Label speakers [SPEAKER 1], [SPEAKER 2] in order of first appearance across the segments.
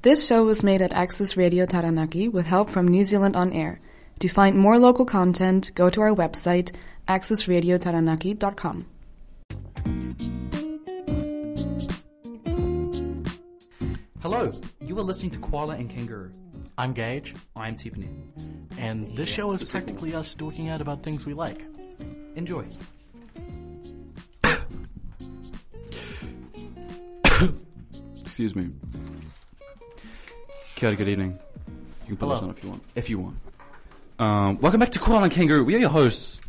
[SPEAKER 1] This show was made at Access Radio Taranaki with help from New Zealand On Air. To find more local content, go to our website, accessradiotaranaki.com.
[SPEAKER 2] Hello, you are listening to Koala and Kangaroo.
[SPEAKER 3] I'm Gage,
[SPEAKER 2] I'm Tiffany.
[SPEAKER 3] and this show is practically us dorking out about things we like.
[SPEAKER 2] Enjoy.
[SPEAKER 4] Excuse me. Kia ora, good evening. You can put this on
[SPEAKER 3] Hello.
[SPEAKER 4] if you want. If you want. Um, welcome back to Koala and Kangaroo. We are your hosts.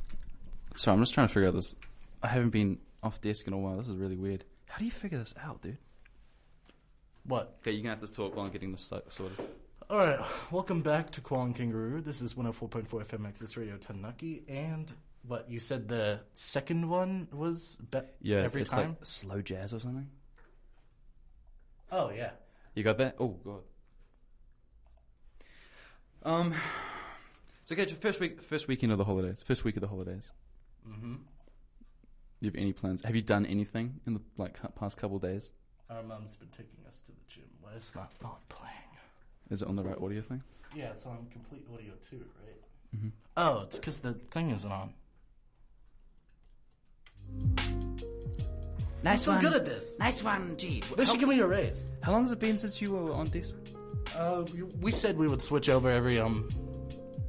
[SPEAKER 4] Sorry, I'm just trying to figure out this. I haven't been off desk in a while. This is really weird. How do you figure this out, dude?
[SPEAKER 3] What?
[SPEAKER 4] Okay, you're gonna have to talk while I'm getting this so- sorted.
[SPEAKER 3] All right, welcome back to Koala and Kangaroo. This is 104.4 FM Access Radio Tanuki, and what you said the second one was be-
[SPEAKER 4] Yeah,
[SPEAKER 3] every
[SPEAKER 4] it's
[SPEAKER 3] time.
[SPEAKER 4] like slow jazz or something.
[SPEAKER 3] Oh yeah,
[SPEAKER 4] You got that? Oh god. Um. So, okay, so first week, first weekend of the holidays. First week of the holidays. Mm-hmm. You have any plans? Have you done anything in the like cu- past couple days?
[SPEAKER 3] our mum's been taking us to the gym. Where's that not playing?
[SPEAKER 4] Is it on the right audio thing?
[SPEAKER 3] Yeah, it's on complete audio too, right?
[SPEAKER 4] Mm-hmm.
[SPEAKER 3] Oh, it's because the thing isn't on.
[SPEAKER 2] Nice
[SPEAKER 3] So
[SPEAKER 2] one.
[SPEAKER 3] good at this.
[SPEAKER 2] Nice one, gee.
[SPEAKER 3] They should give me a raise.
[SPEAKER 4] How long has it been since you were on desk?
[SPEAKER 3] Uh, we- we said we would switch over every um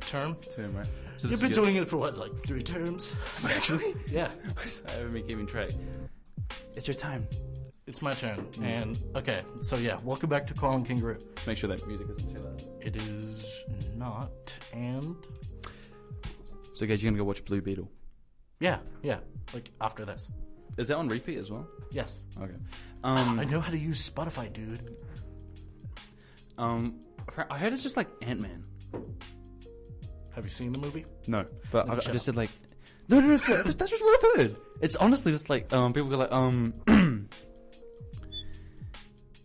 [SPEAKER 3] term.
[SPEAKER 4] Term, right? So
[SPEAKER 3] You've been doing it for what, like three terms?
[SPEAKER 4] actually.
[SPEAKER 3] yeah.
[SPEAKER 4] I haven't been keeping track. It's your time.
[SPEAKER 3] It's my turn. And okay, so yeah, welcome back to Colin Kangaroo.
[SPEAKER 4] Just make sure that music isn't too loud.
[SPEAKER 3] It is not, and
[SPEAKER 4] So, guys, you're gonna go watch Blue Beetle.
[SPEAKER 3] yeah, yeah, like after this.
[SPEAKER 4] Is that on repeat as well?
[SPEAKER 3] Yes,
[SPEAKER 4] Okay. Um.
[SPEAKER 3] I know how to use Spotify, dude.
[SPEAKER 4] Um, I heard it's just like Ant Man.
[SPEAKER 3] Have you seen the movie?
[SPEAKER 4] No, but I, I
[SPEAKER 3] shut
[SPEAKER 4] just said like, no, no, no that's, that's just what I've heard. It's honestly just like um, people go like um,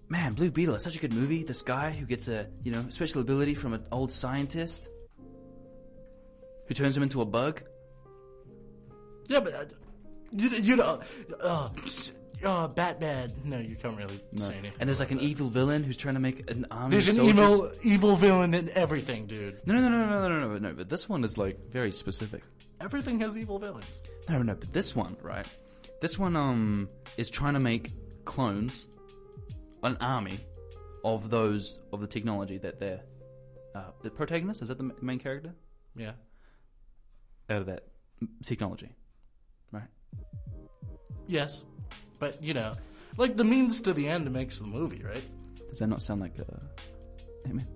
[SPEAKER 4] man, Blue Beetle, it's such a good movie. This guy who gets a you know special ability from an old scientist who turns him into a bug.
[SPEAKER 3] Yeah, but uh, you, you know, uh, s- uh, Batman. No, you can't really say anything.
[SPEAKER 4] And there's like an evil villain who's trying to make an army.
[SPEAKER 3] there's
[SPEAKER 4] of
[SPEAKER 3] an
[SPEAKER 4] soldiers.
[SPEAKER 3] evil, evil villain in everything, dude.
[SPEAKER 4] No, no, no, no, no, no, no, no, no. But this one is like very specific.
[SPEAKER 3] Everything has evil villains.
[SPEAKER 4] No, no, but this one, right? This one um is trying to make clones, an army of those of the technology that they're uh, the protagonist is that the ma- main character
[SPEAKER 3] Yeah.
[SPEAKER 4] out of that m- technology, right?
[SPEAKER 3] Yes, but you know, like the means to the end makes the movie, right?
[SPEAKER 4] Does that not sound like uh, Ant-Man?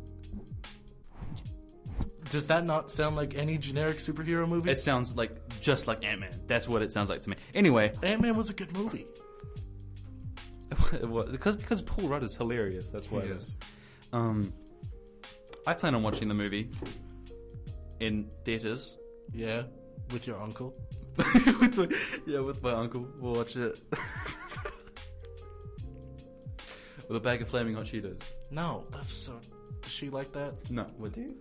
[SPEAKER 3] Does that not sound like any generic superhero movie?
[SPEAKER 4] It sounds like just like Ant Man. That's what it sounds like to me. Anyway,
[SPEAKER 3] Ant Man was a good movie.
[SPEAKER 4] it was- because because Paul Rudd is hilarious. That's why. it
[SPEAKER 3] Yes.
[SPEAKER 4] is. Um, I plan on watching the movie in theaters
[SPEAKER 3] Yeah, with your uncle.
[SPEAKER 4] with my, yeah, with my uncle. We'll watch it. with a bag of flaming hot Cheetos.
[SPEAKER 3] No, that's so. Does she like that?
[SPEAKER 4] No, what do you?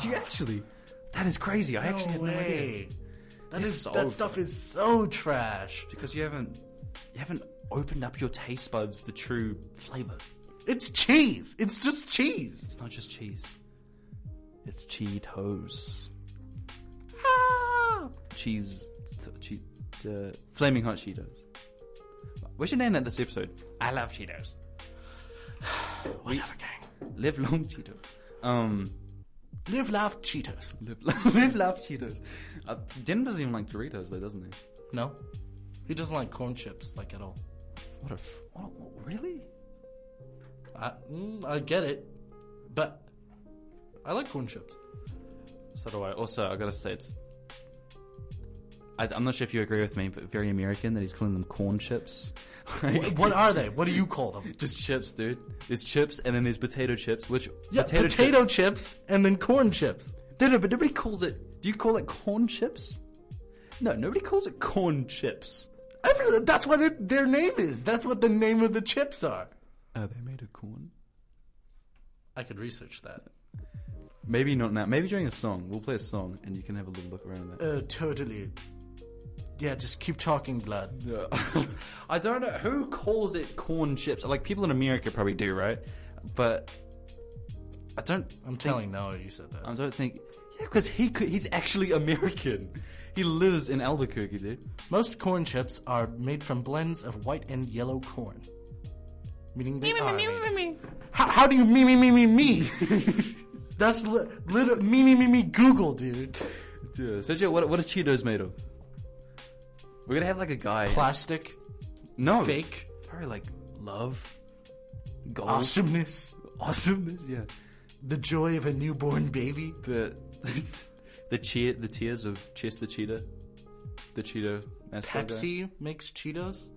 [SPEAKER 4] do you actually? That is crazy. I actually had no idea.
[SPEAKER 3] That
[SPEAKER 4] It's
[SPEAKER 3] is
[SPEAKER 4] so
[SPEAKER 3] that stuff
[SPEAKER 4] funny.
[SPEAKER 3] is so trash.
[SPEAKER 4] Because you haven't, you haven't opened up your taste buds to true flavor.
[SPEAKER 3] It's cheese. It's just cheese.
[SPEAKER 4] It's not just cheese. It's Cheetos.
[SPEAKER 3] Ah!
[SPEAKER 4] Cheese, t- che- uh, flaming hot Cheetos. We should name that this episode. I love Cheetos.
[SPEAKER 3] Whatever, gang.
[SPEAKER 4] Live long Cheetos. Um.
[SPEAKER 3] Live, laugh, Cheetos.
[SPEAKER 4] Live, live, love Cheetos. Uh, Denver doesn't even like Doritos, though, doesn't he?
[SPEAKER 3] No, he doesn't like corn chips like at all.
[SPEAKER 4] What a f- what, what, really?
[SPEAKER 3] I, mm, I get it, but I like corn chips.
[SPEAKER 4] So do I. Also, I gotta say it's. I, am not sure if you agree with me, but very American that he's calling them corn chips. Like,
[SPEAKER 3] What are they? What do you call them?
[SPEAKER 4] Just chips, dude. There's chips, and then there's potato chips, which
[SPEAKER 3] Yeah, potato, chips and then corn chips.
[SPEAKER 4] chip- No, no, but nobody calls it. Do you call it corn chips? No, nobody calls it corn chips.
[SPEAKER 3] Every, that's what it, their name is. That's what the name of the chips are.
[SPEAKER 4] Are they made of corn?
[SPEAKER 3] I could research that.
[SPEAKER 4] Maybe not now. Maybe during a song. We'll play a song, and you can have a little look around that.
[SPEAKER 3] Uh, totally. Yeah, just keep talking, blood.
[SPEAKER 4] I don't know who calls it corn chips. Like people in America probably do, right? but I don't.
[SPEAKER 3] I'm telling Noah you said that.
[SPEAKER 4] I don't think. Yeah, because he could, he's actually American. He lives in Albuquerque, dude.
[SPEAKER 3] Most corn chips are made from blends of white and yellow corn. Meaning they are. made- How, how do you me me me me me? That's li- lit- me me me me Google, dude.
[SPEAKER 4] Yeah, Sergio, what what are Cheetos made of? We're gonna have like a guy.
[SPEAKER 3] Plastic,
[SPEAKER 4] no,
[SPEAKER 3] fake,
[SPEAKER 4] Probably like love, gold,
[SPEAKER 3] awesomeness,
[SPEAKER 4] awesomeness. Yeah,
[SPEAKER 3] the joy of a newborn baby.
[SPEAKER 4] the the cheer, the tears of Chester Cheetah, the Cheeto mascot guy.
[SPEAKER 3] Pepsi makes Cheetos.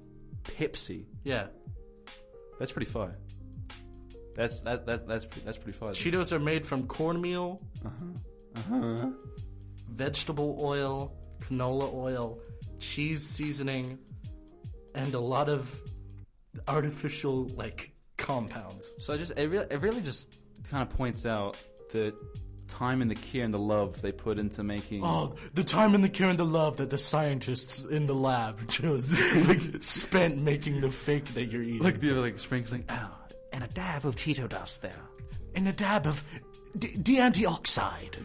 [SPEAKER 4] Pepsi.
[SPEAKER 3] Yeah,
[SPEAKER 4] That's pretty fire. That's that, that that's pre- that's pretty fire.
[SPEAKER 3] Cheetos are made from cornmeal,
[SPEAKER 4] Huh?
[SPEAKER 3] vegetable oil, canola oil, cheese seasoning, and a lot of artificial like compounds.
[SPEAKER 4] So I just it really, it really just kind of points out the time and the care and the love they put into making.
[SPEAKER 3] Oh, the time and the care and the love that the scientists in the lab just like spent making the fake that you're eating.
[SPEAKER 4] Like they're like sprinkling. Oh,
[SPEAKER 3] Ah,
[SPEAKER 2] And a dab of Cheeto dust there.
[SPEAKER 3] and a dab of d- deantioxide,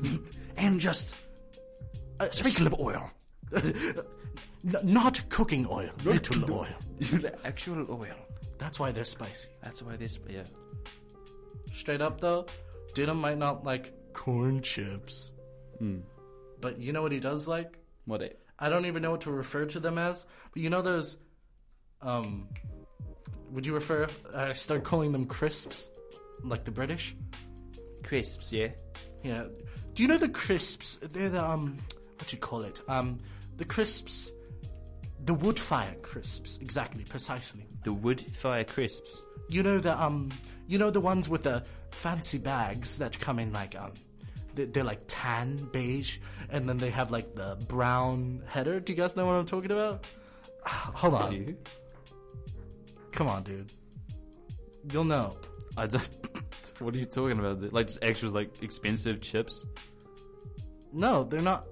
[SPEAKER 2] And just
[SPEAKER 3] a sprinkle of oil, N- not cooking oil, little oil.
[SPEAKER 4] the actual oil.
[SPEAKER 3] That's why they're spicy.
[SPEAKER 4] That's why this. Yeah.
[SPEAKER 3] Straight up though, Dina might not like corn chips, but you know what he does like?
[SPEAKER 4] What? It,
[SPEAKER 3] I don't even know what to refer to them as. But you know those, um, would you refer? I start calling them crisps, like the British.
[SPEAKER 4] crisps. Yeah.
[SPEAKER 3] Yeah. Do you know the crisps? They're the um, what do you call it? Um, the crisps, the wood fire crisps. Exactly, precisely.
[SPEAKER 4] The wood fire crisps.
[SPEAKER 3] You know the um, you know the ones with the fancy bags that come in like um, they- they're like tan beige, and then they have like the brown header. Do you guys know what I'm talking about? Hold on.
[SPEAKER 4] Do you?
[SPEAKER 3] Come on, dude. You'll know.
[SPEAKER 4] I don't. What are you talking about? dude? Like just extras, like expensive chips.
[SPEAKER 3] No, they're not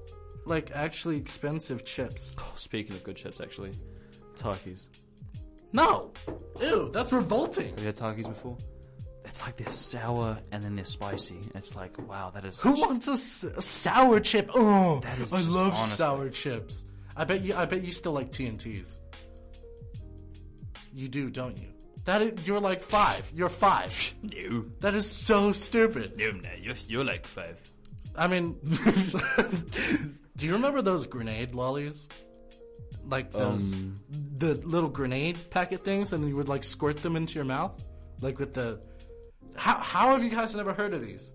[SPEAKER 3] like actually expensive chips.
[SPEAKER 4] Oh, speaking of good chips, actually, Takis.
[SPEAKER 3] No. Ew, that's revolting.
[SPEAKER 4] Have you had Takis before?
[SPEAKER 2] it's like they're sour and then they're spicy. It's like wow, that is
[SPEAKER 3] Who
[SPEAKER 2] such-
[SPEAKER 3] wants a, s- a sour chip? Oh,
[SPEAKER 2] is
[SPEAKER 3] I
[SPEAKER 2] just
[SPEAKER 3] love
[SPEAKER 2] honestly-
[SPEAKER 3] sour chips. I bet you. I bet you still like TNTs. You do, don't you? That is, you're like five. You're five.
[SPEAKER 4] No.
[SPEAKER 3] That is so stupid.
[SPEAKER 4] No, no. You're, you're like five.
[SPEAKER 3] I mean, do you remember those grenade lollies? Like those the little grenade packet things, and you would like squirt them into your mouth, like with the. How how have you guys never heard of these?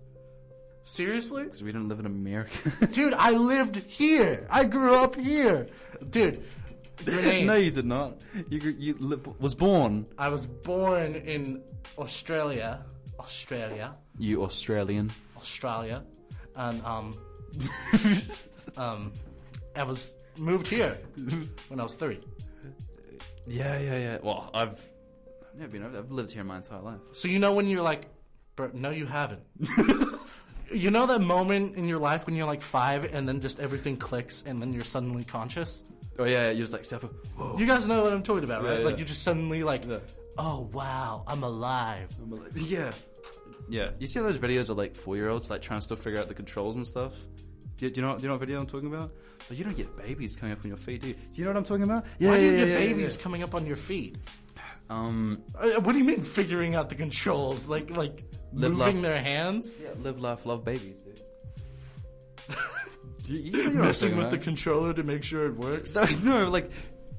[SPEAKER 3] Seriously?
[SPEAKER 4] Because we don't live in America.
[SPEAKER 3] Dude, I lived here. I grew up here. Dude, grenades.
[SPEAKER 4] no, you did not. You gr- you li- was born.
[SPEAKER 3] I was born in Australia. Australia.
[SPEAKER 4] You Australian.
[SPEAKER 3] Australia. And, um, um, I was moved here when I was three.
[SPEAKER 4] Yeah, yeah, yeah. Well, I've I've never been over there. I've lived here my entire life.
[SPEAKER 3] So you know when you're like, bro, no, you haven't. you know that moment in your life when you're like five and then just everything clicks and then you're suddenly conscious?
[SPEAKER 4] Oh yeah, yeah you're just like self. Whoa.
[SPEAKER 3] You guys know what I'm talking about, right?
[SPEAKER 4] Yeah,
[SPEAKER 3] Like
[SPEAKER 4] yeah.
[SPEAKER 3] you just suddenly like,
[SPEAKER 4] Yeah.
[SPEAKER 3] oh wow, I'm alive.
[SPEAKER 4] Yeah. Yeah. You see those videos of like four year olds like trying to still figure out the controls and stuff? Do you, do you know do you know what video I'm talking about? But you don't get babies coming up on your feet, do you? Do you know what I'm talking about? Yeah.
[SPEAKER 3] Why do you
[SPEAKER 4] yeah,
[SPEAKER 3] get
[SPEAKER 4] yeah, yeah,
[SPEAKER 3] babies coming up on your feet?
[SPEAKER 4] yeah. Um
[SPEAKER 3] Uh, What do you mean figuring out the controls? Like like
[SPEAKER 4] Live,
[SPEAKER 3] moving
[SPEAKER 4] laugh.
[SPEAKER 3] their hands,
[SPEAKER 4] yeah, live laugh love babies, dude. Do you, you know what I'm
[SPEAKER 3] messing
[SPEAKER 4] talking
[SPEAKER 3] with the
[SPEAKER 4] about.
[SPEAKER 3] controller to make sure it works.
[SPEAKER 4] no, no, like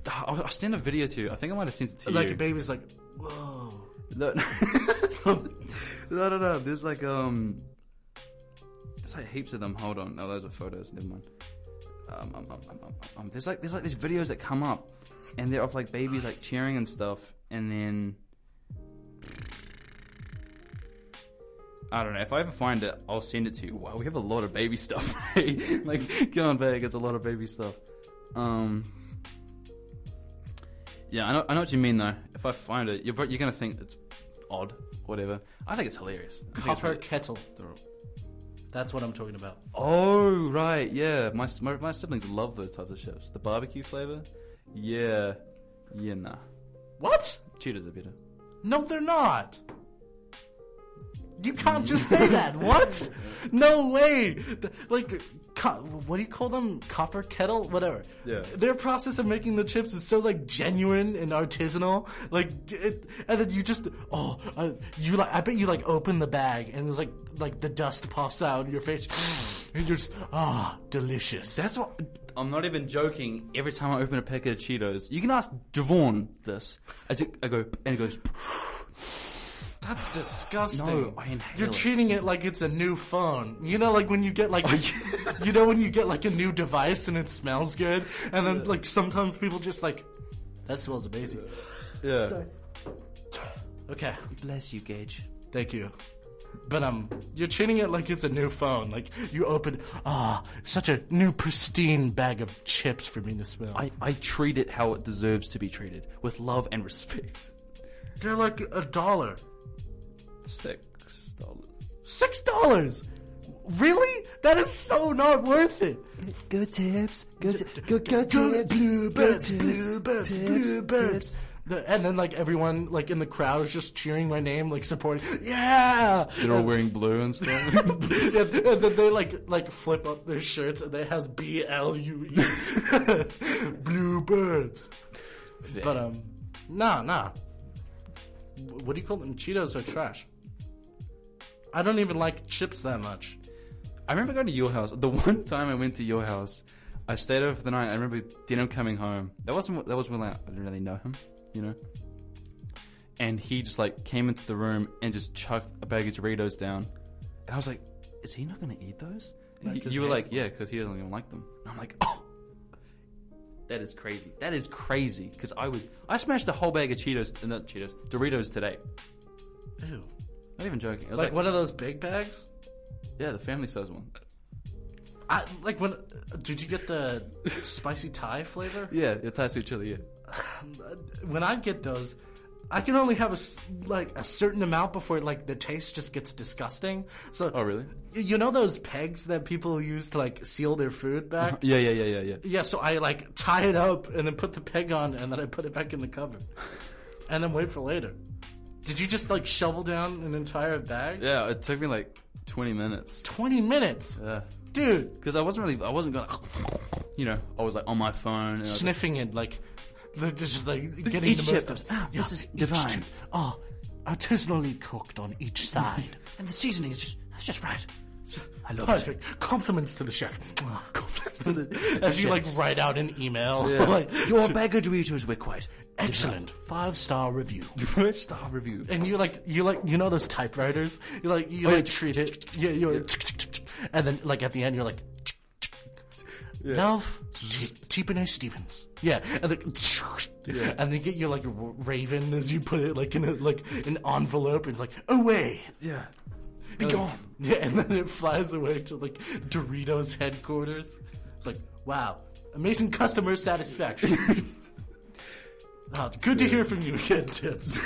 [SPEAKER 4] I'll, I'll send a video to you. I think I might have sent it to
[SPEAKER 3] Like
[SPEAKER 4] you.
[SPEAKER 3] a baby's like, whoa.
[SPEAKER 4] No, no, no, no, no. There's like um, there's like heaps of them. Hold on, no, those are photos. Never mind. Um, um, um, um, um, um, there's like there's like these videos that come up, and they're of like babies like cheering and stuff, and then I don't know. If I ever find it, I'll send it to you. Wow, we have a lot of baby stuff. eh? like going back, it's a lot of baby stuff. Um. Yeah, I know, I know what you mean though. If I find it, you're, pro- you're gonna think it's odd, whatever. I think it's hilarious. I think it's
[SPEAKER 3] Copper
[SPEAKER 4] really-
[SPEAKER 3] kettle. That's what I'm talking about.
[SPEAKER 4] oh right, yeah. My, s- my my siblings love those types of chips. The barbecue flavor. Yeah, yeah, nah.
[SPEAKER 3] What?
[SPEAKER 4] Cheetahs are better.
[SPEAKER 3] No, they're not. You can't just say that. What? No way. Th- Like, co- what do you call them? Copper kettle, whatever.
[SPEAKER 4] Yeah.
[SPEAKER 3] Their process of making the chips is so like genuine and artisanal. Like, d- it, and then you just oh, uh, you like. I bet you like open the bag and it's like like the dust puffs out in your face, and you're just ah, delicious.
[SPEAKER 4] That's what. I'm not even joking. Every time I open a packet of Cheetos, you can ask Devon this. I, do, I go, and it goes,
[SPEAKER 3] That's disgusting.
[SPEAKER 4] No, I inhale
[SPEAKER 3] You're
[SPEAKER 4] it.
[SPEAKER 3] treating it like it's a new phone. You know, like when you get like, you know, when you get like a new device and it smells good, and then like sometimes people just like, that smells amazing.
[SPEAKER 4] yeah.
[SPEAKER 3] Okay,
[SPEAKER 4] Bless you, Gage.
[SPEAKER 3] thank you. But um, you're treating it like it's a new phone. Like you open, ah, such a new pristine bag of chips for me to smell.
[SPEAKER 4] I, I treat it how it deserves to be treated, with love and respect.
[SPEAKER 3] They're like a dollar,
[SPEAKER 4] Six dollars.
[SPEAKER 3] six dollars. Really? That is so not worth it.
[SPEAKER 5] Go tips. Go tips. Go, go,
[SPEAKER 3] Good
[SPEAKER 5] tips.
[SPEAKER 3] bluebirds,
[SPEAKER 5] tips,
[SPEAKER 3] bluebirds,
[SPEAKER 5] tips,
[SPEAKER 3] bluebirds. The, and then like everyone like in the crowd is just cheering my name, like supporting. Yeah.
[SPEAKER 4] They're all wearing blue and stuff.
[SPEAKER 3] and, and then they like like flip up their shirts and they has B L U E bluebirds. But um, nah, nah. Wh- What do you call them? Cheetos are trash. I don't even like chips that much.
[SPEAKER 4] I remember going to your house. The one time I went to your house, I stayed over for the night. I remember Denim coming home. That wasn't. That was when I, I didn't really know him, you know. And he just like came into the room and just chucked a bag of Doritos down, and I was like, "Is he not going to eat those?" And
[SPEAKER 3] Like,
[SPEAKER 4] he-
[SPEAKER 3] 'cause
[SPEAKER 4] you
[SPEAKER 3] he
[SPEAKER 4] were like,
[SPEAKER 3] hates
[SPEAKER 4] "Yeah, because he doesn't even like them." And I'm like, "Oh, that is crazy. That is crazy." Because I would, I smashed a whole bag of Cheetos, uh, not Cheetos, Doritos today.
[SPEAKER 3] Ew.
[SPEAKER 4] Not even joking. It was
[SPEAKER 3] Like
[SPEAKER 4] like,
[SPEAKER 3] one of those big bags.
[SPEAKER 4] yeah, the family size one.
[SPEAKER 3] I like when. Did you get the spicy Thai flavor?
[SPEAKER 4] Yeah, the Thai sweet chili. Yeah.
[SPEAKER 3] When I get those, I can only have a s- like a certain amount before like the taste just gets disgusting. So,
[SPEAKER 4] Oh, really?
[SPEAKER 3] Y- you know those pegs that people use to like seal their food back?
[SPEAKER 4] Yeah, yeah, yeah, yeah, yeah.
[SPEAKER 3] Yeah, so I like tie it up and then put the peg on and then I put it back in the cupboard, and then wait for later. Did you just like shovel down an entire bag?
[SPEAKER 4] Yeah, it took me like 20 minutes.
[SPEAKER 3] Twenty minutes,
[SPEAKER 4] Yeah.
[SPEAKER 3] dude.
[SPEAKER 4] Because I wasn't really, I wasn't gonna, you know, I was like on my phone. And I was like,
[SPEAKER 3] sniffing it, like they're just like getting
[SPEAKER 4] each
[SPEAKER 3] the most
[SPEAKER 4] chip goes,
[SPEAKER 3] of-
[SPEAKER 4] "Ah, this is
[SPEAKER 3] each
[SPEAKER 4] divine."
[SPEAKER 3] chip. Oh, artisanally cooked on each side.
[SPEAKER 4] and the seasoning is just, it's just right. I love it.
[SPEAKER 3] Perfect. Compliments to the chef. Compliments to the As you like write out an email. like,
[SPEAKER 4] Your bag of Doritos were quite
[SPEAKER 3] excellent. Five star review.
[SPEAKER 4] five star review.
[SPEAKER 3] And you like you like you know those typewriters? You like you like treat it. Yeah, you and then like at the end you're like Love Tibonite Stevens. Yeah. And then and they get you like r- raven as you put it like in a like an envelope. It's like away.
[SPEAKER 4] Yeah. Be gone.
[SPEAKER 3] Yeah, and then it flies away to like Doritos headquarters. It's like, wow, amazing customer satisfaction. Oh, good to hear from you again, Tips.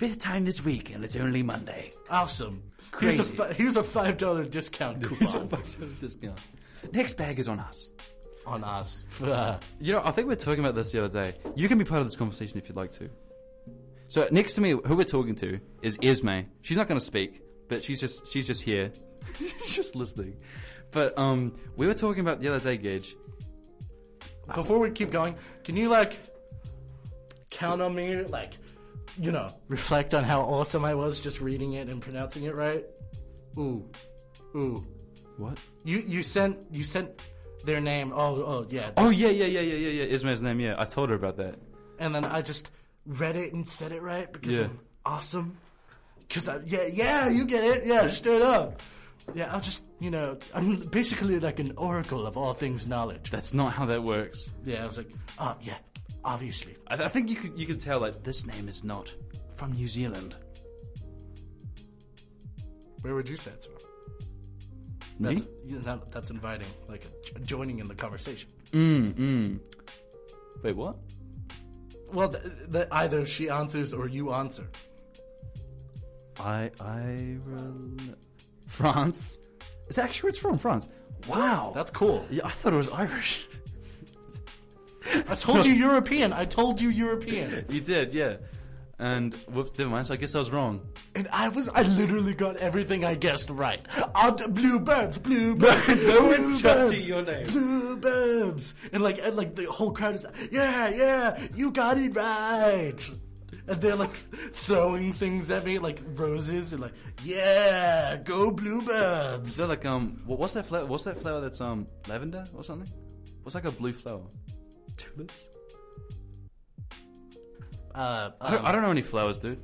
[SPEAKER 4] Fifth time this week, and it's only Monday.
[SPEAKER 3] Awesome. Here's a,
[SPEAKER 4] Crazy.
[SPEAKER 3] fi- here's a five dollar discount coupon
[SPEAKER 4] Discount. Next bag is on us.
[SPEAKER 3] on us. Uh,
[SPEAKER 4] You know, I think we are talking about this the other day. You can be part of this conversation if you'd like to. So next to me, who we're talking to is Esme. She's not going to speak, but she's just she's just here, she's just listening. But um, we were talking about the other day, Gage.
[SPEAKER 3] before we keep going, can you like count on me? Like, you know, reflect on how awesome I was just reading it and pronouncing it right. Ooh, ooh.
[SPEAKER 4] What?
[SPEAKER 3] You you sent you sent their name. Oh oh yeah.
[SPEAKER 4] Oh yeah, yeah, yeah, yeah, yeah, yeah. Esme's name. Yeah, I told her about that.
[SPEAKER 3] and then I just read it and said it right because
[SPEAKER 4] Yeah.
[SPEAKER 3] I'm awesome. Because I yeah yeah you get it yeah straight up yeah I'll just you know I'm basically like an oracle of all things knowledge.
[SPEAKER 4] That's not how that works.
[SPEAKER 3] Yeah I was like oh yeah obviously
[SPEAKER 4] I, I think you could you could tell like this name is not from New Zealand.
[SPEAKER 3] where would you say it's from?
[SPEAKER 4] Me?
[SPEAKER 3] That's, you know, that- that's inviting like j- joining in the conversation.
[SPEAKER 4] Mm mm. Wait, what?
[SPEAKER 3] Well th- th- either she answers or you answer.
[SPEAKER 4] I I rel- France. Is that actually where it's from? France. Wow.
[SPEAKER 3] That's cool.
[SPEAKER 4] yeah, I thought it was Irish.
[SPEAKER 3] I told you European. I told you European.
[SPEAKER 4] You did, yeah. And whoops, never mind. So I guess I was wrong.
[SPEAKER 3] And I was, I literally got everything I guessed right. Out blue burbs, blue burbs. no one's
[SPEAKER 4] shouting your name.
[SPEAKER 3] Blue burbs. And like, and like the whole crowd is, yeah, yeah, you got it right. And they're like throwing things at me, like roses, and like, yeah, go blue burbs.
[SPEAKER 4] They're like, um, what, what's that flower? What's that flower that's um lavender or something? What's like a blue flower? Tulips.
[SPEAKER 3] uh,
[SPEAKER 4] I don't, I
[SPEAKER 3] um,
[SPEAKER 4] don't know any flowers, dude.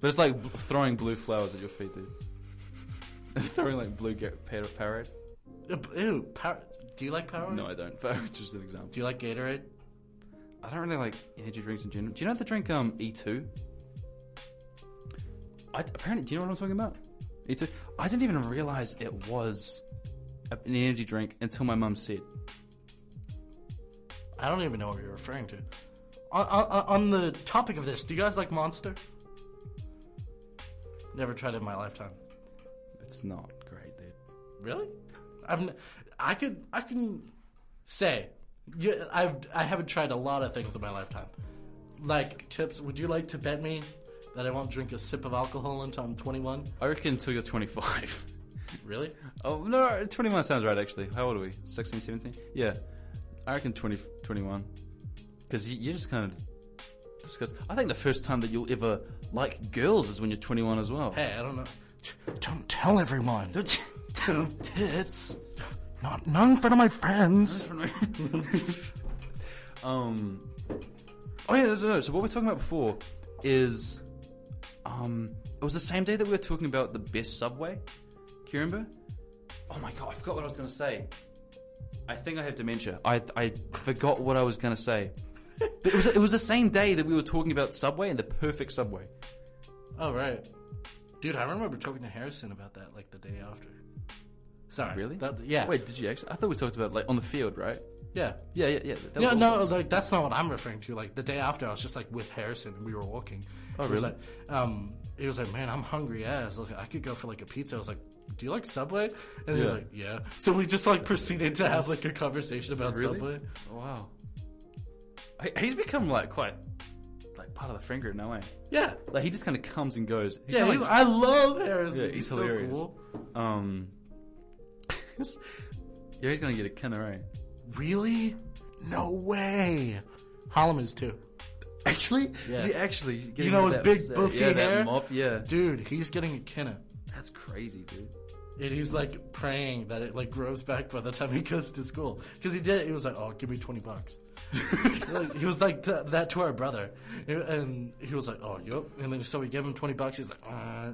[SPEAKER 4] But it's like bl- throwing blue flowers at your feet, dude. throwing like blue gar- par- parrot.
[SPEAKER 3] um, ew, power, do you like power?
[SPEAKER 4] No, I don't. But it's just an example.
[SPEAKER 3] Do you like Gatorade?
[SPEAKER 4] I don't really like energy drinks in general. Do you know the drink um E2? I, apparently, do you know what I'm talking about? E2. I didn't even realize it was a- an energy drink until my mum said.
[SPEAKER 3] I don't even know what you're referring to. On, on, on the topic of this, do you guys like Monster? Never tried it in my lifetime.
[SPEAKER 4] It's not great, dude.
[SPEAKER 3] Really? I've n- I could I can say you, I've I haven't tried a lot of things in my lifetime. Like tips, would you like to bet me that I won't drink a sip of alcohol until I'm 21?
[SPEAKER 4] I reckon until you're 25.
[SPEAKER 3] Really?
[SPEAKER 4] oh, no, 21 sounds right, actually. How old are we? 16, 17? Yeah. I reckon 20, 21. Because you, you just kind of discuss. I think the first time that you'll ever like girls is when you're 21 as well.
[SPEAKER 3] Hey, I don't know. Don't tell everyone. Don't, don't tips. Not not in front of my friends.
[SPEAKER 4] um. Oh yeah, no, no, no. So what we were talking about before is, um, it was the same day that we were talking about the best subway. Do you remember? Oh my god, I forgot what I was going to say. I think I have dementia. I I forgot what I was going to say. But it was it was the same day that we were talking about subway and the perfect subway.
[SPEAKER 3] Oh right, dude. I remember talking to Harrison about that like the day after. Sorry.
[SPEAKER 4] Really?
[SPEAKER 3] That- yeah.
[SPEAKER 4] Wait, did you actually? I thought we talked about like on the field, right?
[SPEAKER 3] Yeah.
[SPEAKER 4] Yeah, yeah, yeah. that was
[SPEAKER 3] Yeah,
[SPEAKER 4] awesome.
[SPEAKER 3] no, like that's not what I'm referring to. Like the day after, I was just like with Harrison, and we were walking.
[SPEAKER 4] Oh,
[SPEAKER 3] He was
[SPEAKER 4] really?
[SPEAKER 3] like, um, he was like, "Man, I'm hungry as." I was like, "I could go for like a pizza." I was like, "Do you like Subway?" And he was
[SPEAKER 4] Yeah.
[SPEAKER 3] like, "Yeah." So we just like proceeded to have like a conversation about
[SPEAKER 4] Really?
[SPEAKER 3] Subway.
[SPEAKER 4] oh, Wow. He- He's become like quite like part of the friend group now, eh?
[SPEAKER 3] Yeah,
[SPEAKER 4] Like he just kind of comes and goes. He's
[SPEAKER 3] yeah.
[SPEAKER 4] kinda
[SPEAKER 3] he's-
[SPEAKER 4] like-
[SPEAKER 3] I love Harrison.
[SPEAKER 4] Yeah,
[SPEAKER 3] he's,
[SPEAKER 4] he's
[SPEAKER 3] so
[SPEAKER 4] hilarious.
[SPEAKER 3] cool.
[SPEAKER 4] um. yeah, he's gonna get a kinner, eh?
[SPEAKER 3] Really? No way. Hallam is too.
[SPEAKER 4] Actually,
[SPEAKER 3] Yeah.
[SPEAKER 4] you actually,
[SPEAKER 3] You know his big
[SPEAKER 4] buffy
[SPEAKER 3] boofy
[SPEAKER 4] yeah,
[SPEAKER 3] hair?
[SPEAKER 4] that mop, yeah.
[SPEAKER 3] Dude, he's getting a kinna.
[SPEAKER 4] That's crazy, dude.
[SPEAKER 3] And he's like praying that it like grows back by the time he goes to school. Because he did, he was like, "Oh, give me twenty bucks." Like, he was like th- that to our brother, And- and he was like, "Oh, yep." And then so we gave him twenty bucks. He's like, uh,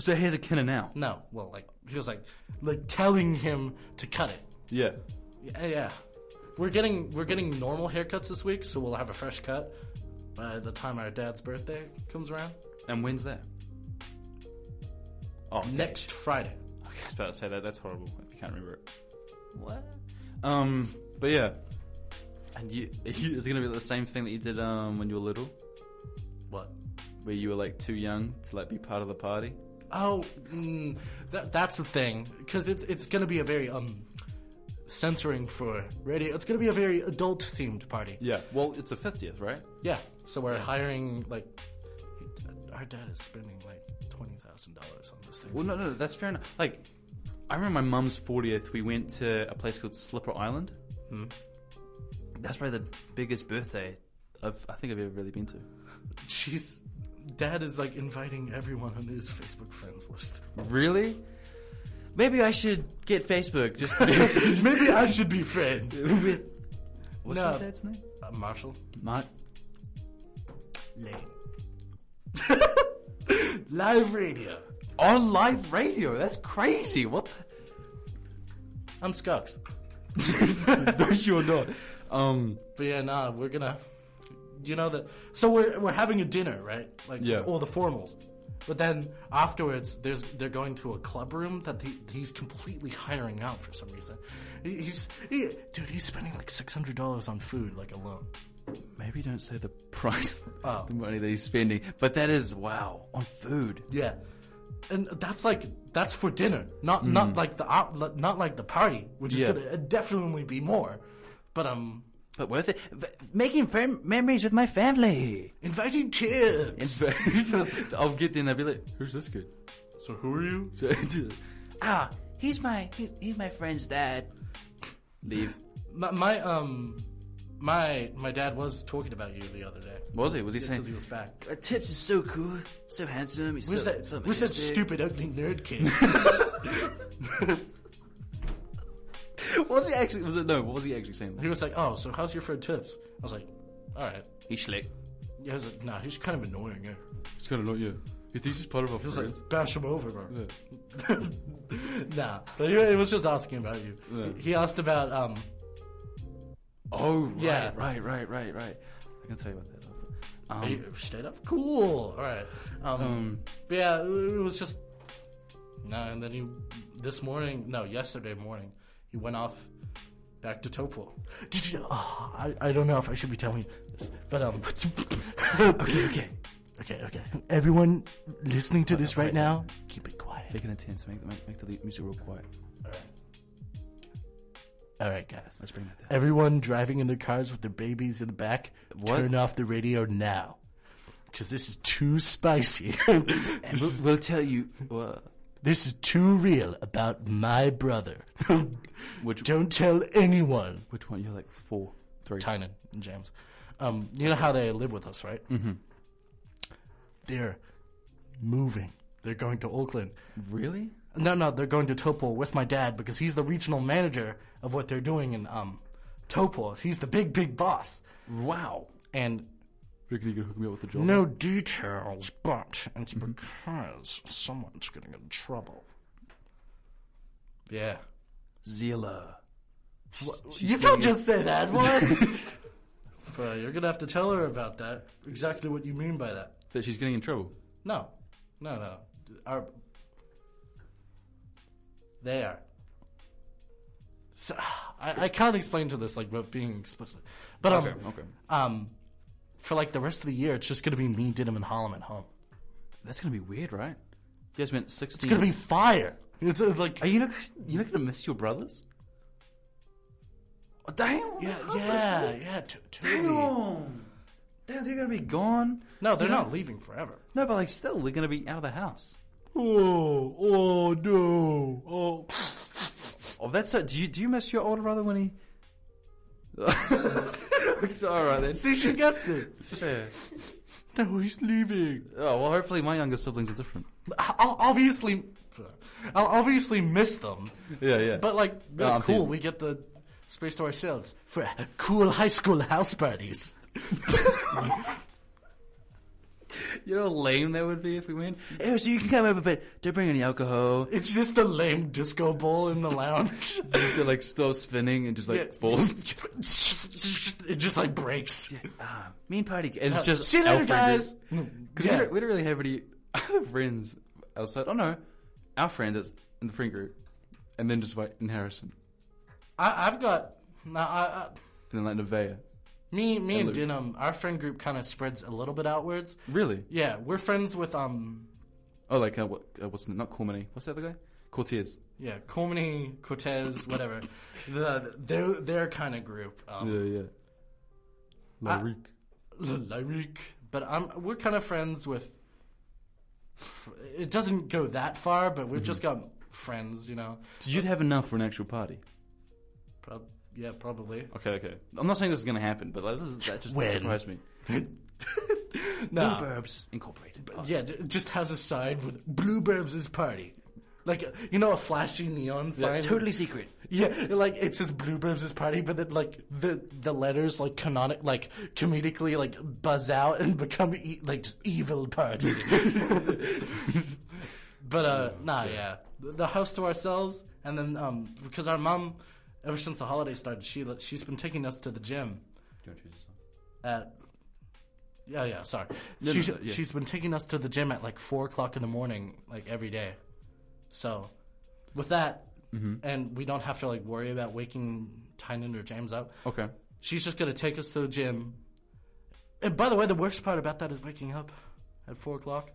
[SPEAKER 4] So here's a kinner now.
[SPEAKER 3] "No." Well, like he was like, like telling him to cut it.
[SPEAKER 4] Yeah.
[SPEAKER 3] Yeah, yeah. We're getting we're getting normal haircuts this week, so we'll have a fresh cut by the time our dad's birthday comes around
[SPEAKER 4] And when's that? Oh, okay.
[SPEAKER 3] next Friday.
[SPEAKER 4] Okay, I was about to say that. That's horrible. If you can't remember it. What? Um. But yeah. And you, it's gonna be the same thing that you did um when you were little.
[SPEAKER 3] What?
[SPEAKER 4] where you were like too young to like be part of the party.
[SPEAKER 3] Oh, mm, that, that's the thing. Because it's, it's going to be a very, um, censoring for radio. It's going to be a very adult themed party.
[SPEAKER 4] Yeah. Well, it's the fiftieth, right?
[SPEAKER 3] Yeah. So we're hiring, like, our dad is spending, like, $20,000 on this thing.
[SPEAKER 4] Well, no, no, that's fair enough. Like, I remember my mum's fortieth. We went to a place called Slipper Island. That's probably the biggest birthday I've, I think I've ever really been to.
[SPEAKER 3] She's, dad is, like, inviting everyone on his Facebook friends list.
[SPEAKER 4] Really? Maybe I should get Facebook just to
[SPEAKER 3] Maybe I should be friends.
[SPEAKER 4] with. What's
[SPEAKER 3] No.
[SPEAKER 4] your dad's name?
[SPEAKER 3] Uh, Marshall?
[SPEAKER 4] Mark.
[SPEAKER 3] Lane. Live radio.
[SPEAKER 4] On live radio. That's crazy. What? The-
[SPEAKER 3] I'm Scux.
[SPEAKER 4] no, you're not. Um.
[SPEAKER 3] But yeah, nah, we're gonna, you know that. So we're we're having a dinner, right? Like
[SPEAKER 4] Yeah.
[SPEAKER 3] all the formals. But then afterwards, there's they're going to a club room that he, he's completely hiring out for some reason. He, he's he, dude, he's spending like six hundred dollars on food, like alone.
[SPEAKER 4] Maybe don't say the price,
[SPEAKER 3] Oh.
[SPEAKER 4] the money that he's spending, but that is wow on food.
[SPEAKER 3] Yeah, Mm. and that's like that's for dinner, not not like the out- not like the party, which is uh,
[SPEAKER 4] Yeah.
[SPEAKER 3] gonna definitely be more. But um,
[SPEAKER 4] But worth it. Making fam- memories with my family.
[SPEAKER 3] Inviting chips.
[SPEAKER 4] I'll get there and they'll be like, "Who's this kid?"
[SPEAKER 3] so who are you?
[SPEAKER 4] So, ah, he's my he's, he's my friend's dad. Leave.
[SPEAKER 3] My, my um, my my dad was talking about you the other day
[SPEAKER 4] Was he? Was he
[SPEAKER 3] because he
[SPEAKER 4] saying?
[SPEAKER 3] was back.
[SPEAKER 4] "Uh, Tips is so cool, so handsome. He's
[SPEAKER 3] Where's
[SPEAKER 4] so,
[SPEAKER 3] that?
[SPEAKER 4] so
[SPEAKER 3] where's that
[SPEAKER 4] majestic."
[SPEAKER 3] stupid ugly nerd kid?
[SPEAKER 4] Was he actually? Was it no? What was he actually saying?
[SPEAKER 3] he was like, "Oh, so how's your friend Tips?" I was like, "All right."
[SPEAKER 4] He's slick.
[SPEAKER 3] Yeah, I was like, "Nah, he's kind of annoying." Yeah.
[SPEAKER 4] He's kind of not you. He thinks he's part of our
[SPEAKER 3] He was like, "Bash him over, bro." nah, but he, he was just asking about you.
[SPEAKER 4] Yeah.
[SPEAKER 3] He asked about um.
[SPEAKER 4] Oh, right,
[SPEAKER 3] Yeah.
[SPEAKER 4] right, right, right, right. I can tell you about that. after.
[SPEAKER 3] are you straight up, cool. All right. Um,
[SPEAKER 4] Um,
[SPEAKER 3] but yeah, it was just. No, and then he, this morning, no, yesterday morning, he went off back to Topol. Did you? Oh, I, I don't know if I should be telling you this, but um. okay, okay, okay, okay. Everyone listening to this right now, keep it quiet.
[SPEAKER 4] Make an intense. Make, make, make the lead music real quiet.
[SPEAKER 3] All right, guys.
[SPEAKER 4] Let's bring that down.
[SPEAKER 3] Everyone driving in their cars with their babies in the back,
[SPEAKER 4] What?
[SPEAKER 3] turn off the radio now. Because this is too spicy.
[SPEAKER 4] We'll, we'll tell you. Uh,
[SPEAKER 3] this is too real about my brother.
[SPEAKER 4] Which-
[SPEAKER 3] Don't tell anyone.
[SPEAKER 4] which one? You're like four, three.
[SPEAKER 3] Tynan and James. Um, you know how they live with us, right? Mm-hmm. They're moving. They're going to Oakland.
[SPEAKER 4] Really?
[SPEAKER 3] No, no, they're going to Topol with my dad because he's the regional manager of what they're doing in um, Topol. He's the big, big boss.
[SPEAKER 4] Wow.
[SPEAKER 3] And
[SPEAKER 4] Reckon you can hook me up with the job?
[SPEAKER 3] No details, but it's because someone's getting in trouble. Yeah.
[SPEAKER 4] Zila.
[SPEAKER 3] you can't just say that once! Bro, you're gonna have to tell her about that. Exactly what you mean by that.
[SPEAKER 4] That she's getting in trouble.
[SPEAKER 3] No. No, no. Our... They are. So, I, I can't explain to this, like, about being explicit. But, um,
[SPEAKER 4] okay.
[SPEAKER 3] um, for, like, the rest of the year, it's just gonna be me, Didim, and Holloman home.
[SPEAKER 4] That's gonna be weird, right? You guys went sixteen.
[SPEAKER 3] It's gonna be fire! It's, it's like,
[SPEAKER 4] Are you not? You're not gonna miss your brothers? Oh, damn.
[SPEAKER 3] Yeah,
[SPEAKER 4] that's hard.
[SPEAKER 3] yeah, yeah. T- totally.
[SPEAKER 4] Damn. Damn, they're gonna be gone.
[SPEAKER 3] No, they're
[SPEAKER 4] You know-
[SPEAKER 3] not leaving forever.
[SPEAKER 4] No, but like, still, they're gonna be out of the house.
[SPEAKER 3] Oh, oh no. Oh.
[SPEAKER 4] Oh, that's so. Do you do you miss your older brother when he? It's all right then.
[SPEAKER 3] See, she gets it.
[SPEAKER 4] Fair.
[SPEAKER 3] No, he's leaving.
[SPEAKER 4] Oh well, hopefully my younger siblings are different.
[SPEAKER 3] I'll obviously, I'll obviously miss them.
[SPEAKER 4] Yeah, yeah.
[SPEAKER 3] But like,
[SPEAKER 4] No, I'm
[SPEAKER 3] cool.
[SPEAKER 4] teasing.
[SPEAKER 3] We get the space to ourselves for cool high school house parties.
[SPEAKER 4] you know, how lame that would be if we went. Oh, so you can come over, but don't bring any alcohol.
[SPEAKER 3] It's just a lame disco ball in the lounge.
[SPEAKER 4] They like stop spinning and just like
[SPEAKER 3] Yeah.
[SPEAKER 4] falls.
[SPEAKER 3] it just like breaks.
[SPEAKER 4] Ah, mean party. And it's just
[SPEAKER 3] See you later,
[SPEAKER 4] our friends.
[SPEAKER 3] guys.
[SPEAKER 4] Because we,
[SPEAKER 3] Yeah.
[SPEAKER 4] don't, we don't really have any other friends outside. Oh no, our friends is in the friend group, and then just like in Harrison,
[SPEAKER 3] I, I've got. Nah, I, I,
[SPEAKER 4] and then like Nevaeh.
[SPEAKER 3] Me, me, and,
[SPEAKER 4] Luke.
[SPEAKER 3] Denim, our friend group kind of spreads a little bit outwards.
[SPEAKER 4] Really?
[SPEAKER 3] Yeah, we're friends with um,
[SPEAKER 4] Oh, like uh, what? Uh, what's the, not Cormany? What's the other guy? Cortez.
[SPEAKER 3] yeah, Comey, Cortez, whatever. the their their kind of group.
[SPEAKER 4] Yeah,
[SPEAKER 3] Um,
[SPEAKER 4] yeah. Larique.
[SPEAKER 3] Lyric, but i we're kind of friends with. It doesn't go that far, but we've just got friends, you know.
[SPEAKER 4] so you'd have enough for an actual party.
[SPEAKER 3] Prob- yeah, probably.
[SPEAKER 4] Okay, okay. I'm not saying this is gonna happen, but like, this is, that just
[SPEAKER 3] When?
[SPEAKER 4] surprised me.
[SPEAKER 3] No,
[SPEAKER 4] Burbs Incorporated.
[SPEAKER 3] yeah, j- it just has a sign with Blueberries' party. Like, you know, a flashy neon sign. with-
[SPEAKER 4] totally secret.
[SPEAKER 3] Yeah, like it says Blueberries' party, but then like the the letters like canonic like comedically like buzz out and become e- like just evil party. but uh, nah, yeah, The- the house to ourselves, and then um, because our mom, ever since the holiday started, she let- she's been taking us to the gym. At yeah, yeah, sorry.
[SPEAKER 4] no,
[SPEAKER 3] She's-
[SPEAKER 4] no, yeah.
[SPEAKER 3] She's been taking us to the gym at like four o'clock in the morning, like every day. So, with that,
[SPEAKER 4] Mm-hmm.
[SPEAKER 3] and we don't have to like worry about waking Tynan or James up.
[SPEAKER 4] Okay.
[SPEAKER 3] She's just gonna take us to the gym. And by the way, the worst part about that is waking up at four o'clock.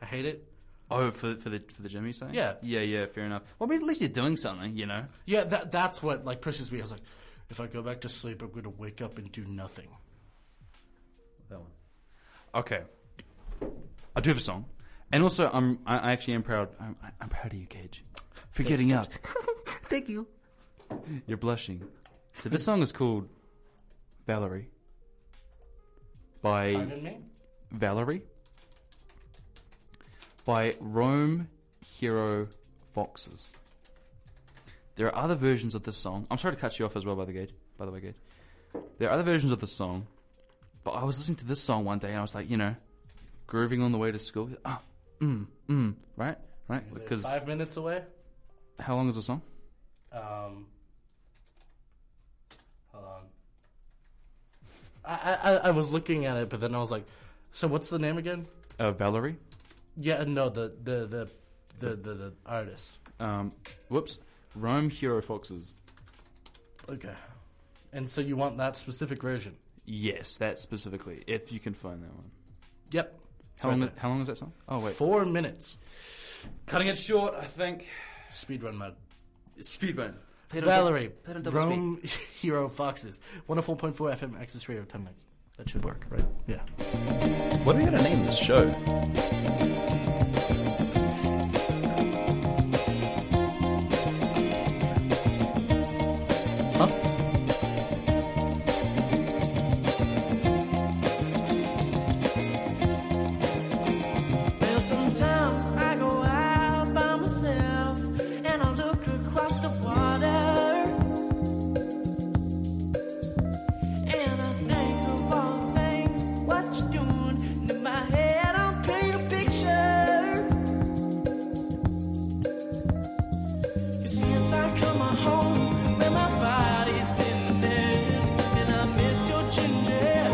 [SPEAKER 3] I hate it.
[SPEAKER 4] Oh, for for the for the Jimmy saying?
[SPEAKER 3] Yeah.
[SPEAKER 4] Yeah, yeah. Fair enough. Well, I mean, at least you're doing something, you know.
[SPEAKER 3] Yeah, that that's what like pushes me. I was like, If I go back to sleep, I'm going to wake up and do nothing.
[SPEAKER 4] That one. Okay. I do have a song, and also I'm I I actually am proud. I'm, I- I'm proud of you, Cage, for getting up.
[SPEAKER 5] Thank you.
[SPEAKER 4] You're blushing. So this song is called Valerie by
[SPEAKER 3] Pardon me?
[SPEAKER 4] Valerie by Rome Hero Foxes. There are other versions of this song. I'm sorry to cut you off as well by the gate, by the way, gate. There are other versions of this song, but I was listening to this song one day and I was like, you know, grooving on the way to school. Ah, mm, mm, right, right. Because
[SPEAKER 3] Five minutes away?
[SPEAKER 4] how long is the song?
[SPEAKER 3] Um, hold on. I, I, I- I was looking at it, but then I was like, so what's the name again?
[SPEAKER 4] Uh, Valerie.
[SPEAKER 3] Yeah, no, the the the the the, the artist.
[SPEAKER 4] Um, whoops. Rome Hero Foxes.
[SPEAKER 3] Okay. And so you want that specific version?
[SPEAKER 4] Yes, that specifically. If you can find that one.
[SPEAKER 3] Yep.
[SPEAKER 4] How
[SPEAKER 3] Right
[SPEAKER 4] long?
[SPEAKER 3] there.
[SPEAKER 4] How long is that song? Oh wait.
[SPEAKER 3] Four minutes.
[SPEAKER 4] Cutting it short, I think.
[SPEAKER 3] Speedrun mode.
[SPEAKER 4] Speedrun.
[SPEAKER 3] Valerie,
[SPEAKER 4] play it on double
[SPEAKER 3] Rome Hero Foxes, 104.4 FM Access Radio 10 link. That should work, right? Yeah.
[SPEAKER 4] What are we gonna name this show?
[SPEAKER 3] Huh?
[SPEAKER 6] Well, sometimes I go out by myself and I look across the water. And I think of all the things, what you're doing. And in my head, I'm painting a picture. You see, as I come home, where my body's been this, and I miss your ginger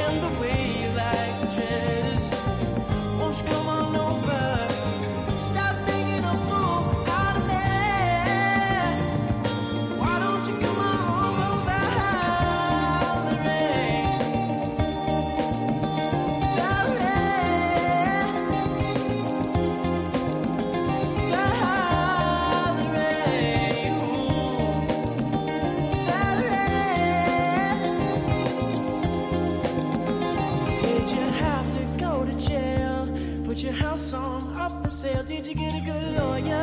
[SPEAKER 6] and the way you like to dress. Won't you come on over? Stop making a fool out of me. Why don't you come on over, Valerie? Valerie. Valerie. Valerie. Did you have to go to jail? Put your house on up for sale. Did you get a good lawyer?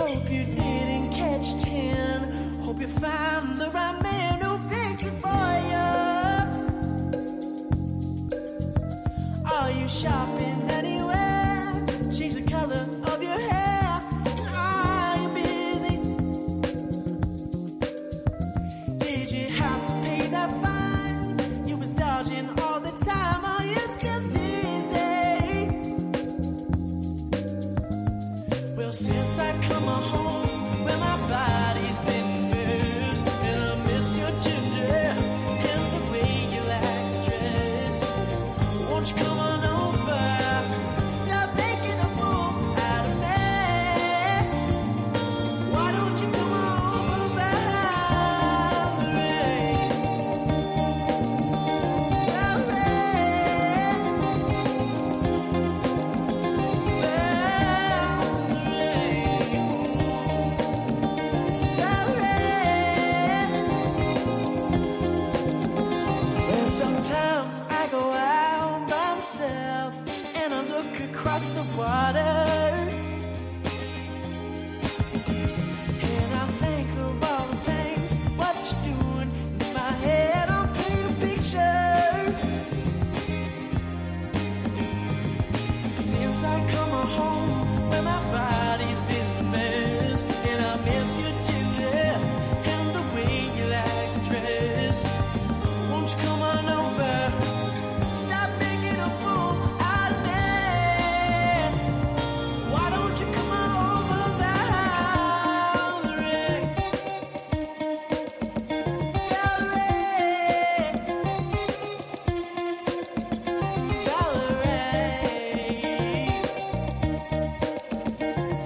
[SPEAKER 6] Hope you didn't catch ten. Hope you find the right man who fix it for you. Are you shopping anywhere? Change the color of your hair. And Are you busy? Did you have to pay that fine? You was dodging all the time. Are you still dizzy? Well, since I come home, well my body's been bruised, and I miss your ginger and the way you like to dress. Won't you come on over? Stop making a fool out of me. Why don't you come on over, Valerie? Well, sometimes I go out by myself and I look across the water. And I think of all the things, what you're doing. In my head, I'm painting a picture. Since I come home, where my body's been a mess, and I miss your ginger and the way you like to dress. Won't you come on over? Stop making a fool out of me. Why don't you come on over, Valerie? Valerie.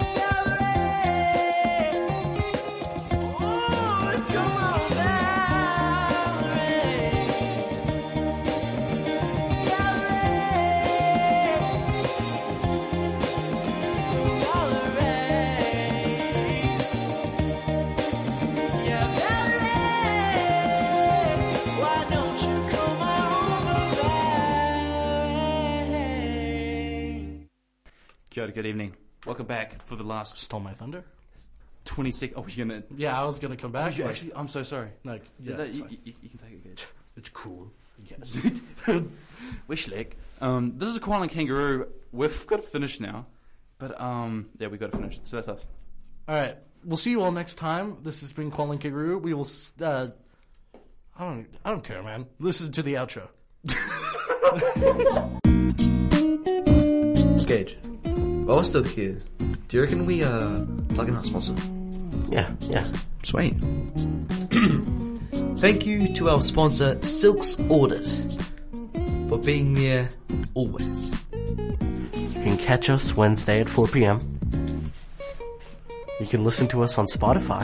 [SPEAKER 6] Valerie. Oh,
[SPEAKER 4] Kia ora, good evening. Welcome back for the last
[SPEAKER 3] Stole my thunder. Oh,
[SPEAKER 4] 20 sec. Oh, you're going to.
[SPEAKER 3] Yeah, I was gonna come back. but,
[SPEAKER 4] Actually, I'm so sorry.
[SPEAKER 3] like, yeah,
[SPEAKER 4] That-
[SPEAKER 3] it's
[SPEAKER 4] you,
[SPEAKER 3] fine.
[SPEAKER 4] you- you can take it. Gage.
[SPEAKER 3] it's cool. Yes.
[SPEAKER 4] Wish lick. Um, this is a koala and kangaroo. We've got to finish now. But um, yeah, we've got to finish. So that's us.
[SPEAKER 3] All right. We'll see you all next time. This has been Colin Kangaroo. We will. s- Uh, I don't. I don't care, man. Listen to the outro.
[SPEAKER 7] Gage, while we're still here, do you reckon we uh plug in our sponsor?
[SPEAKER 8] Yeah, yeah.
[SPEAKER 7] Sweet.
[SPEAKER 8] Thank you to our sponsor, Silks Audit,
[SPEAKER 7] For being there always.
[SPEAKER 8] You can catch us Wednesday at 4 p.m. You can listen to us on Spotify.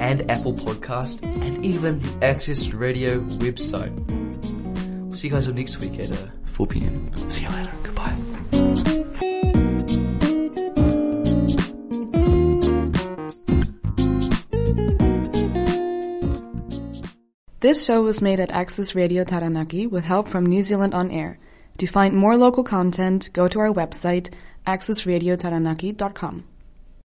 [SPEAKER 7] And Apple Podcast and even the Access Radio website. We'll see you guys all next week at uh, 4 p.m.
[SPEAKER 8] See you later. Goodbye.
[SPEAKER 1] This show was made at Access Radio Taranaki with help from New Zealand On Air. To find more local content, go to our website, accessradiotaranaki.com.